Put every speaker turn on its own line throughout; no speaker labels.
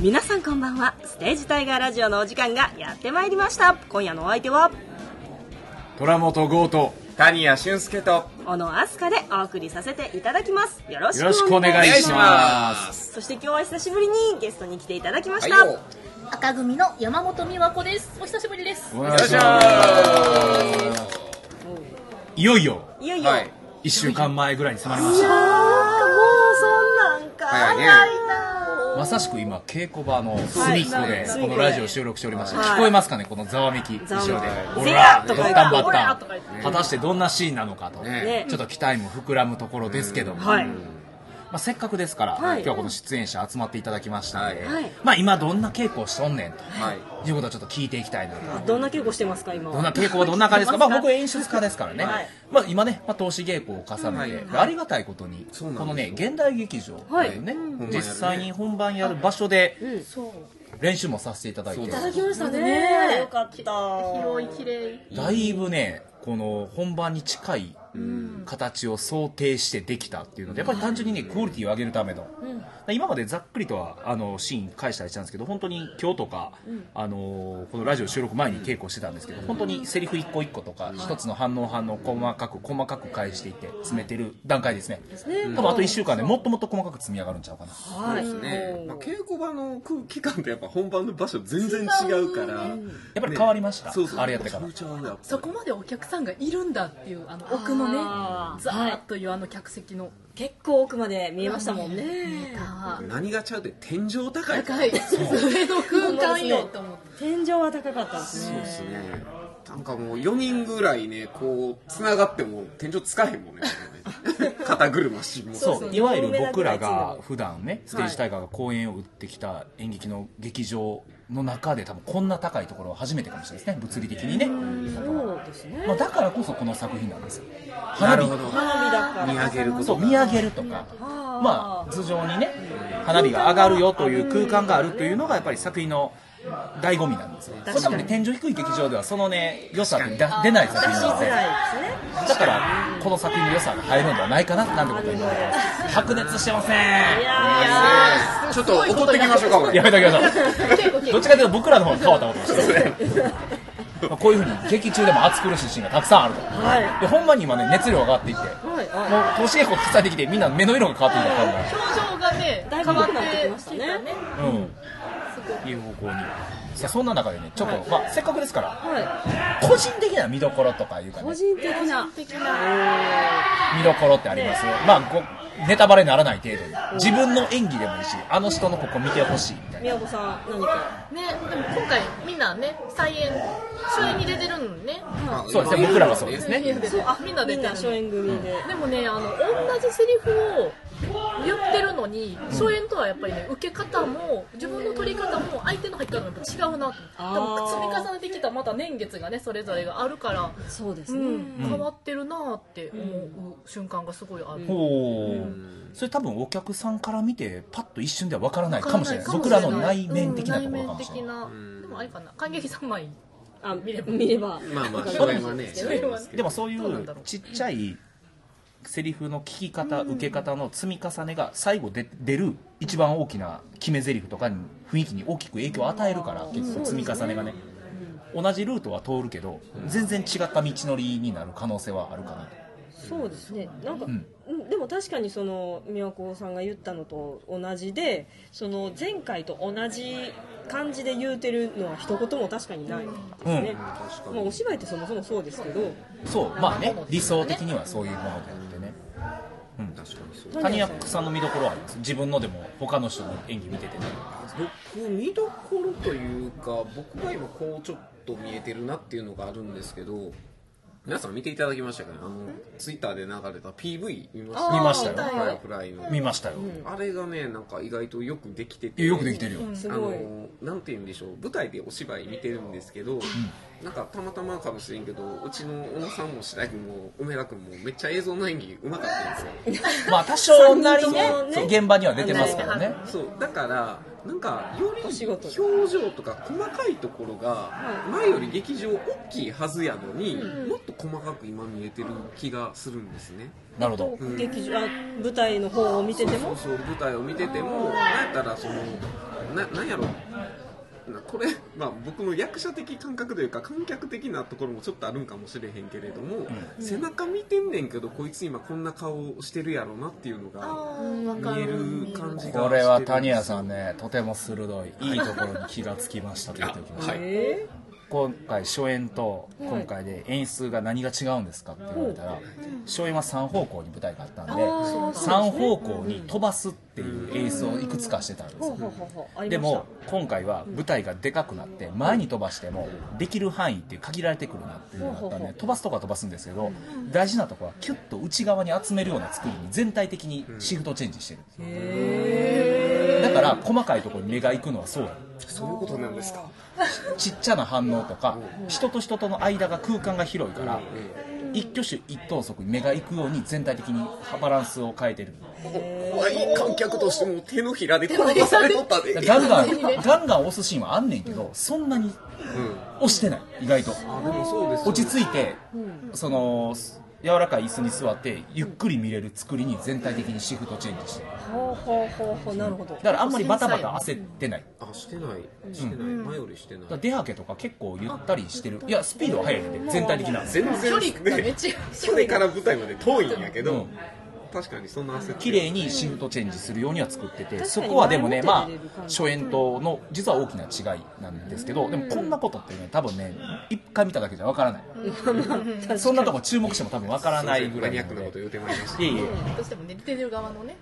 皆さんこんばんはステージタイガーラジオのお時間がやってまいりました今夜のお相手は
虎本剛と
谷谷俊介とよ
小野飛鳥でお送りさせていただきますよろし
よろし
く
く
お
お
願
願
い
い
します
します
そして今日は久しぶりにゲストに来ていただきまし
はい
た、
よ
赤組の山本美和子です。お久しぶりです。
お願
よ
い
ろ
し
しくお願
ますいよいよ
いよいよ、
はい
1週間前ぐらいに迫りまし
いや
た
ーもうそんなんか
早いね
な
まさしく今稽古場の
はい
隅っこで
はい
このラジオ収録しておりまして
はい
聞こえますかねこのざわめき後
ざわ
ろ
めき
で
はい
オ
ゼ
ラ
ラッ
ッ
と
ド
か言って
タンバッ
オラ
タ
ッとか言って
ン果たしてどんなシーンなのかと
ね
ね
ちょっと期待も膨らむところですけども
はい
まあ、せっかくですから、
はい
今日はこの出演者集まっていただきましたので、
はい
まあ、今どんな稽古をしとんねんと、
はい
い、うことをちょっと聞いていきたいなと、
どんな稽古してますか今
どんな稽古はどんな感じ ですか、まあ、
はい
僕演出家ですからね、
はい
まあ、今ね、まあ、投資稽古を重ねて、ありがたいことに
そうなんですよ
このね現代劇場
はい
でね、
ん
実際に本番やる場所で
ん
練習もさせていただいて、
そう
い
だ
ただきましたね
ね
よかった
広い綺麗。
だいぶねこの本番に近い形を想定してできたっていうのでやっぱり単純にねクオリティを上げるための、今までざっくりとはあのシーン返したりしたんですけど本当に今日とか、あのこのラジオ収録前に稽古してたんですけど本当にセリフ一個一個とか一つの反応反応細かく細かく返していって詰めてる段階ですね多分あと1週間でもっともっと細かく積み上がるんちゃうかな
はい
そうですね、まあ、稽古場の空気感とやっぱ本番の場所全然違うから
やっぱり変わりました、
そうそう
あれやってから
めちゃめちゃねやっぱり
そこまでお客さんがいるんだっていうあの奥のね
あー
ザーッというあの客席の
結構奥まで見えましたもんね
あー
何がちゃうって天井高いから
高い それの空間よと思って
天井は高かったです
そう
ね
ですねなんかもう4人ぐらいねこうつながっても天井つかへんもんね肩車しも
そう
そう
いわゆる僕らが普段ねステージ大会が公演を打ってきた演劇の劇場の中で多分こんな高いところは初めてかもしれないですね物理的にね、
そうですね
まあ、だからこそこの作品なんですよ
な
花
る
火
ほど
花火だから
見上げるこ
そ
と
う
が
見上げるとか
あー
まあ頭上にね花火が上がるよという空間があるというのがやっぱり作品の醍醐味なんですよそれ多分ね天井低い劇場ではそのね良さって出出ない作
出し
品なん
づ
で
らいですね
だからこの作品の良さが入るんではないかななんてことを今白熱してません
いや
ちょっと怒ってきましょうかこれ
やめときましょ
結構
う
結
ど
構
っちかというと僕らの方が変わったことをして るまあこういうふうに劇中でも熱苦しいシーンがたくさんあると、
は
でほんまに今ね熱量が上がっていっても
ー
う
はいはい
投資稽古伝えてきてみんな目の色が変わっていったから
表情がね
だい
変
ぶ
わ
良く
っ
なってき
て
ましたね
うんいう方向にさあそんな中でねちょっと、まあ、せっかくですから
はい
個人的な見どころとかいうか
個
ね
人的な
的な
見どころってあります、まあごネタバレにならない程度に自分の演技でもいいしあの人のここ見てほしいみたいな
宮子さん何か
ねでも今回みんなね再演初演に出てるのね
そうですね僕らはそうですね
そうあみんな出
みん
てる
な
の
初演組で
でもねあの同じセリフを言ってるのに初演とはやっぱりね受け方も自分の取り方も相手の入ったのもやっぱ違うなと
あー
多分積み重ねてきたまた年月がねそれぞれがあるから、
そうです
う
ね
ん、変わってるなーって思う瞬間がすごいある、
ほう、それ多分お客さんから見てパッと一瞬では分からないかもしれない
わかん
僕
から
の内面的なと
うん
ころ
内
か
面
もし
的
れない、
なでもあれかな感激三昧
あ見れば見れば
まあま
わ
あ初
かる
演はね
初演はね
でもそうい
どうなん
う
だろう
ちっちゃいセリフの聞き方、受け方の積み重ねが最後で出る一番大きな決め台詞とかに雰囲気に大きく影響を与えるから、結構積み重ねがね、同じルートは通るけど、全然違った道のりになる可能性はあるかなと。
そうですねなんか、うんん、でも確かにその宮古さんが言ったのと同じでその前回と同じ感じで言うてるのは一言も確かにないですね、まあ、お芝居ってそもそもそうですけど
そうまあね理想的にはそういうものであってね、うん、確かにそう谷役さんの見どころはあります自分のでも他の人の演技見ててね
僕見どころというか僕が今こうちょっと見えてるなっていうのがあるんですけど皆さん見ていただきましたかねあのツイッターで流れた PV 見ました
見ましたよ
フライフライの
見ましたよ、い
あれがねなんか意外とよくできてて
やよくできてるよ、
す
あ
ごい、
のなんて言うんでしょう舞台でお芝居見てるんですけど、なんかたまたまかもしれんけどうちの小野さんも白井君も梅田君もめっちゃ映像の演技うまかったんですよ
まあ多少な
三
りね
人ともね
そう現場には出てますからね
そうだからなんかより
お仕事で
表情とか細かいところが前より劇場大きいはずやのにもっと細かく今見えてる気がするんですね
なるほど
劇場あ舞台の方を見てて
そ
も
うそう舞台を見ててもなんやったらそのななんやろなこれ、まあ、僕の役者的感覚というか観客的なところもちょっとあるんかもしれへんけれども、背中見てんねんけどこいつ今こんな顔してるやろなっていうのが
わか
見える
る
感じがしてる
これは谷谷さんねとても鋭いいいところに気がつきましたと言っておきました
え
今回初演と今回で演出が何が違うんですかって言われたら初演は3方向に舞台があったんで3方向に飛ばすっていう演出をいくつかしてたんです
ほう
よ
ほうほうほうありました
でも今回は舞台がでかくなって前に飛ばしてもできる範囲っていう限られてくるなっていうのがあった
ほ
ん
うほうほう
で飛ばすとこは飛ばすんですけど大事なとこはキュッと内側に集めるような作りに全体的にシフトチェンジしてるんですよだから細かいところに目が行くのはそうや
そういうことなんですか
ちっちゃな反応とか人と人との間が空間が広いから一挙手一投足に目が行くように全体的にバランスを変 えてる
怖い観客としても手のひらで転がされとったで
ガンガンガンガン押すシーンはあんねんけどそんなに
うん
押してない意外と
あでもそうですよ
落ち着いてその柔らかい椅子に座ってゆっくり見れる作りに全体的にシフトチェンジしてる
ほうほうほうほうなるほど
だからあんまりバタバタ焦ってない
あしてないしてない前よりしてない
だから出はけとか結構ゆったりしてるいやスピードは速いねんで全体的な
全
距離
然
がめっ
ね
ちゃ
それから舞台まで遠いんやけ
う
ど
ん
確かにそんな焦って
綺麗にシフトチェンジするようには作ってて
に
そこはでもねまあ
前もって入れる感じ
初演との実は大きな違いなんですけどでもこんなことってね多分ね一回見ただけじゃわからないそんなとこ注目しても多分わからないぐらい
マニア
な
ッ
の
クなこと
で
言うてまいりました
いえいえ
どうしてもね出てる側のね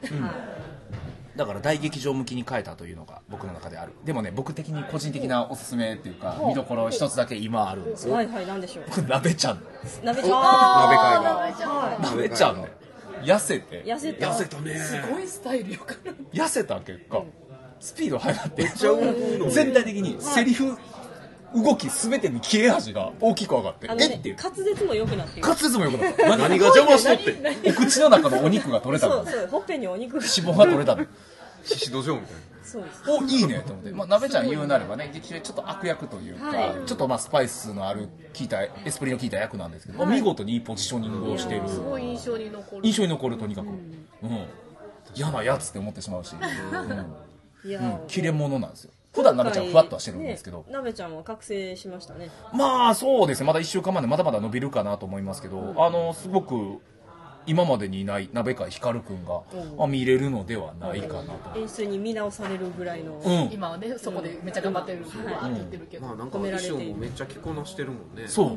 だから大劇場向きに変えたというのが僕の中であるでもね僕的に個人的なおすすめっていうか見どころ一つだけ今あるんですよ
はいはいなんでしょう
僕鍋ちゃん
鍋ちゃ
鍋会
あ
が
ーちゃんは
鍋ちゃんね痩せて
ん痩せた
痩せたね
すごいスタイルよかった
痩せた結果スピード速なって
ちゃ運動
全体的にセリフ動き全てに切れ味が大きく上がって
あの
えっ
ね
ていう
滑舌も良くなっている
滑舌も良くなった何
何が邪魔しとって
お口の中のお肉が取れた
そ
の
うそうほっぺにお肉が
脂肪が取れたの
獅子土壌みたい
そうです
おいいねと思って、まあ、鍋ちゃん言うなればね劇中でちょっと悪役というか、
はい
ちょっとまあスパイスのある効いたエスプリの効いた役なんですけど、まあ見事にいいポジショニングをしている
すごい印象に残る
印象に残るとにかく、うん嫌なやつって思ってしまうし、うん
いや
うん
ー、
切れ者なんですよ普段鍋ちゃんふわっとはしてるんですけど、
ね、鍋ちゃんは覚醒しましたね
まあそうですねまだ1週間までまだまだ伸びるかなと思いますけど、あのすごく今までにいない鍋川光くんが、あ見れるのではないかなと、
演出に見直されるぐらいの、
うん、
今はねそこでめっちゃ頑張ってるわーって言ってるけど
なまあなんか衣装もめっちゃ着こなしてるもんね
そう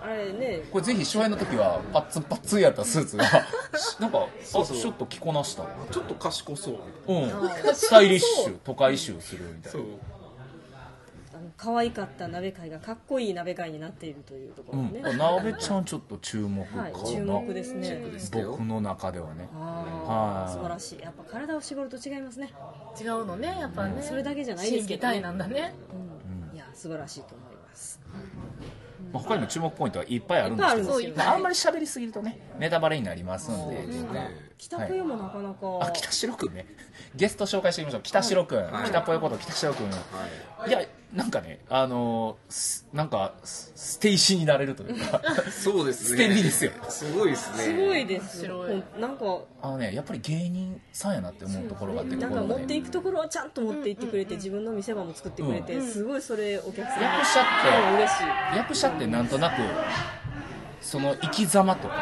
あれね
これぜひ初演の時はパッツンパッツンやったスーツが なんか
そうそう
あちょっと着こなしたわ
ちょっと賢そう
うんスタイリッシュ都会臭するみたい
そ
な
う
あの可愛かった鍋会がかっこいい鍋会になっているというとこ
う
ろ
ん、
ね、
鍋ちゃんちょっと注目かな、
はい注目ですね
僕の中ではね
あ
は
あ
い
素晴らしいやっぱ体を絞ると違いますね、
違うのねやっぱね
それだけじゃないですけどね
審議体なんだね
うんいや素晴らしいと思います
まあ、他にも注目ポイントはいっぱいあるんです
いっぱいあ
け
るんです
ど
よ
そういっぱい
まあ、あんまり喋りすぎるとねネタバレになりますんで
北冬もなかなか、
あ北城くん ねゲスト紹介してみましょう北城くん、
はい
北ぽよこと北城くん、い、やなんかねあのーすなんかす 捨て石になれるというか
そうですね
捨て身ですよ
すごいですね
すごいです
面
よ
白い
ほんなんか
あのねやっぱり芸人さんやなって思うところがあってこ
なんか
こ
持
の
ってい
ね
くところはちゃんと持っていってくれて自分の見せ場も作ってくれて、
うん
すごいそれお客さん
役者って
うん嬉しい
役者ってなんとなくその生き様とか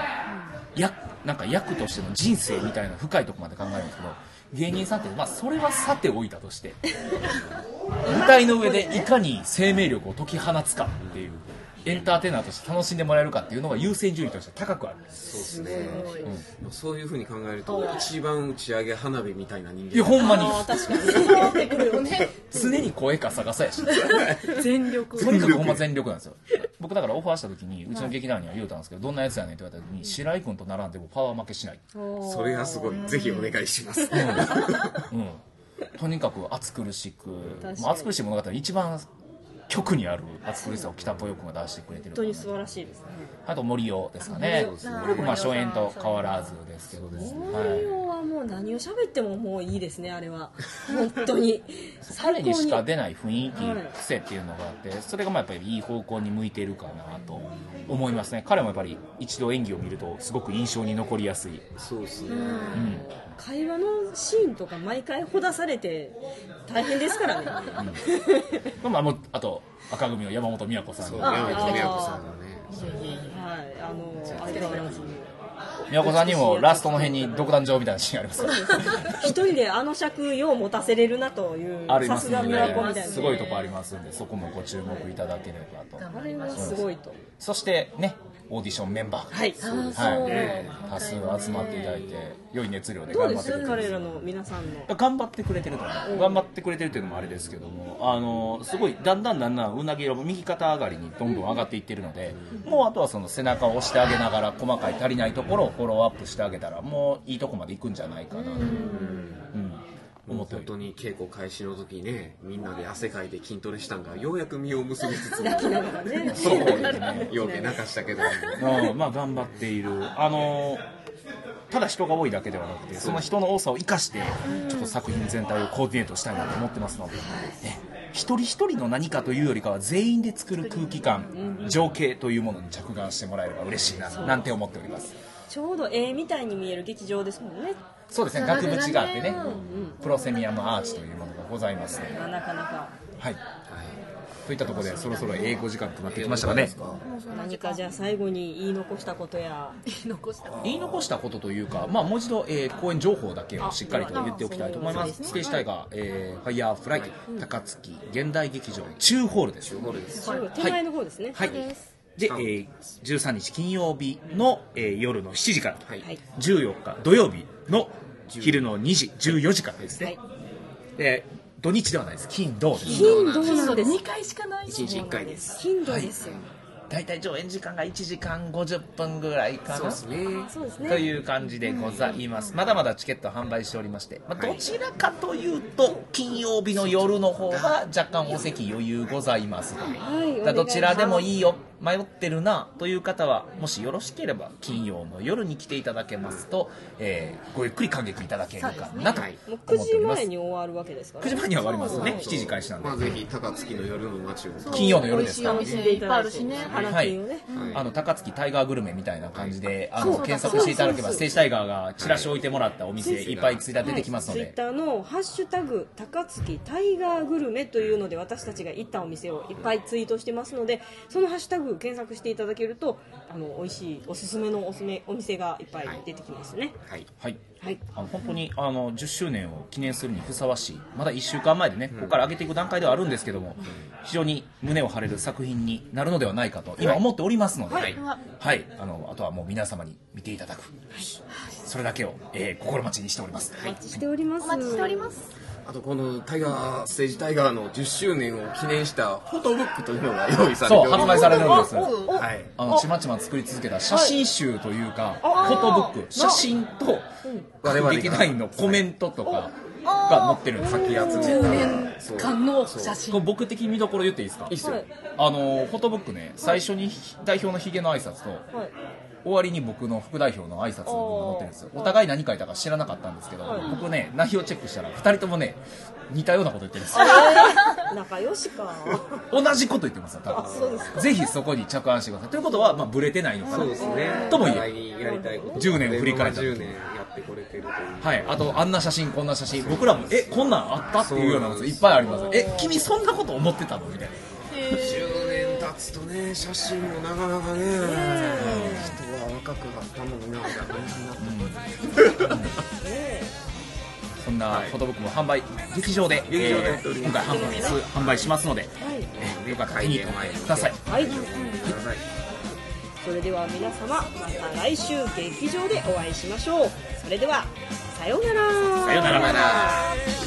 役なんか役としての人生みたいな深いところまで考えるんですけど芸人さんって、まあ、それはさておいた として舞台の上でいかに生命力を解き放つかっていうエンターテイナーとして楽しんでもらえるかっていうのが優先順位として高くある
そうですね
すごい
まあそういうふうに考えると一番打ち上げ花火みたいな人間
いやほんまに
ああ確かに
伝わ ってくるよね
常に声かさがさ やし
全力
とにかくほんま全力なんですよ僕だからオファーした時にうちの劇団には言うたんですけどどんなやつやねんって言われた時に白井君と並んでもパワー負けしない
それがすごいぜひお願いします
うん、とにかく暑苦しく
かに
まあ暑苦しい物語一番極にある暑苦しさを北ぽよくんが出してくれて
本
る
当に素晴らしいですね
あと森尾ですかね
森
まあ初演と変わらずですけどですね、はい
今日ははもう何を喋ってももういいですねあれは本当 に
彼
最
に
高
し
に
か出ない雰囲
はい
気癖っていうのがあってそれがまあやっぱりいい方向に向いているかなと思いますね彼もやっぱり一度演技を見るとすごく印象に残りやすい、
そうですね、
うん、
会話のシーンとか毎回ほだされて大変ですからね
まあ、もうあと赤組の山本美和子さん
そう
に
あ
山口美和子さんがね
はいあの相変わらず
美和子さんにもラストの辺に独壇場みたいなシーンありますよ
一人であの尺よう持たせれるなという
あり
さ
ますす
が
の
村子み
で
たいな
すごいとこありますんでそこもご注目いただければと
あれはすごいと
そしてねオーディションメンバー
はい
あ
は
そ、
いう多数集まっていただいて良い熱量で
どう
頑
で
張ってく
す
れて
彼らの皆さんの
頑張ってくれてると思う頑張ってくれてるっていうのもあれですけどもあのすごいだんだんだんだんうなぎ色も右肩上がりにどんどん上がっていってるので、もうあとはその背中を押してあげながら細かい足りないところをフォローアップしてあげたらもういいとこまでいくんじゃないかなと、うん思ってお
本
り
当に稽古開始の時にねみんなで汗かいて筋トレしたんがようやく身を結びつつ
きながらね
そうですね
ようけ泣かしたけど
うんまあ頑張っているあのただ人が多いだけではなくてその人の多さを生かしてちょっと作品全体をコーディネートしたいなと思ってますので、ね、一人一人の何かというよりかは全員で作る空気感情景というものに着眼してもらえれば嬉しいななんて思っております
ちょうど絵みたいに見える劇場ですもんね
そうですね額縁があってね
うん
プロセミアムアーチというものがございますので
なかなか
はいといったところでそろそろ英語時間となってきましたかね
何かじゃあ最後に言い残したことや
残した
言い残したことというか、まあ、もう一度、えー公演情報だけをしっかりと言っておきたいと思います。ステージタイガー、えーファイヤーフライ、高槻、現代劇場、中ホールです。
手前の方ですね
はい。で、えー13日金曜日の、えー夜の7時からと、
はい
はい
14日土曜日の昼の2時、14時からですね。
はい
で土日ではないです。金、土です。
頻度なんです
2回しかない
一日一回です
頻度ですよ、
大体上演時間が1時間50分ぐらいかな。
そうですね
そうです
と
ね
いう感じでございます。まだまだチケット販売しておりまして、まあ、どちらかというと、金曜日の夜の方が若干お席余裕ございます。
はい
だからどちらでも
い
いいよ、迷ってるなという方は、もしよろしければ金曜の夜に来ていただけますと、えーごゆっくり感激いただけるかなと思
もう
って
9
お
時
ります。
前に終わるわけですから
9時前には終わりますよね。
そう
7時開始なんで
まあ。ぜひ高槻の夜の街を
金曜の夜ですから
美味しいお店いっぱいあるしね
腹筋をね、
はい
あの高槻タイガーグルメみたいな感じで、あの
そう
検索していただけば
そうそうそう
ステージタイガーがチラシ置いてもらったお店いっぱいツイッター出てきますの
ツイッ
で、
ターの「ハッシュタグ高槻タイガーグルメ」というので私たちが行ったお店をいっぱいツイートしてますのでそのハッシュタグ検索していただけるとあの美味しいおすすめのおすすめお店がいっぱい出てきますね
はい
はい。
はい、
あの本当にあの10周年を記念するにふさわしいまだ1週間前でねここから上げていく段階ではあるんですけども非常に胸を張れる作品になるのではないかと今思っておりますので、はいはいあのあとはもう皆様に見ていただく、それだけを、えー心待ちにしております、
お待ちしております
お待ちしております
あとこのタイガーステージタイガーの10周年を記念したフォトブックというのが用意されて
そ
お
う
ります
発売されるんです
お
はい
あのちまちま作り続けた写真集というか、フォトブック写真と
我々が
劇団員のコメントとかが載ってるんです
先集め
10
た
年間の写真
これ僕的見どころ言っていいですか
いいっすよ、
はい
あのフォトブックね最初に代表のヒゲの挨拶と
はい
終わりに僕の副代表の挨拶の部分が載ってるんですよお互い何書いたか知らなかったんですけど、
はい
僕ね内容チェックしたら2人ともね似たようなこと言ってるんですよ
仲良しか
同じこと言ってますよ多
そうです
分ぜひそこに着眼してくださいということは、まあ、ブレてないのかな
そうですね
ともいえ
お互にやりたいこと
10年を振り返った
10年やってこれてるという
はい、あとあんな写真こんな写真僕らもえこんなんあったっていうようなこといっぱいありますえ君そんなこと思ってたのみたいな
10年経つとね写真もなかなかね人は若くあったのになんかこんなになって
そんなフォトブックも販売劇場で,、
劇場でやっており
今
ます
回販売す販売しますので、えよかったら手に取ってください
はい
ください
それでは皆様また来週劇場でお会いしましょうそれではさようなら
さようなら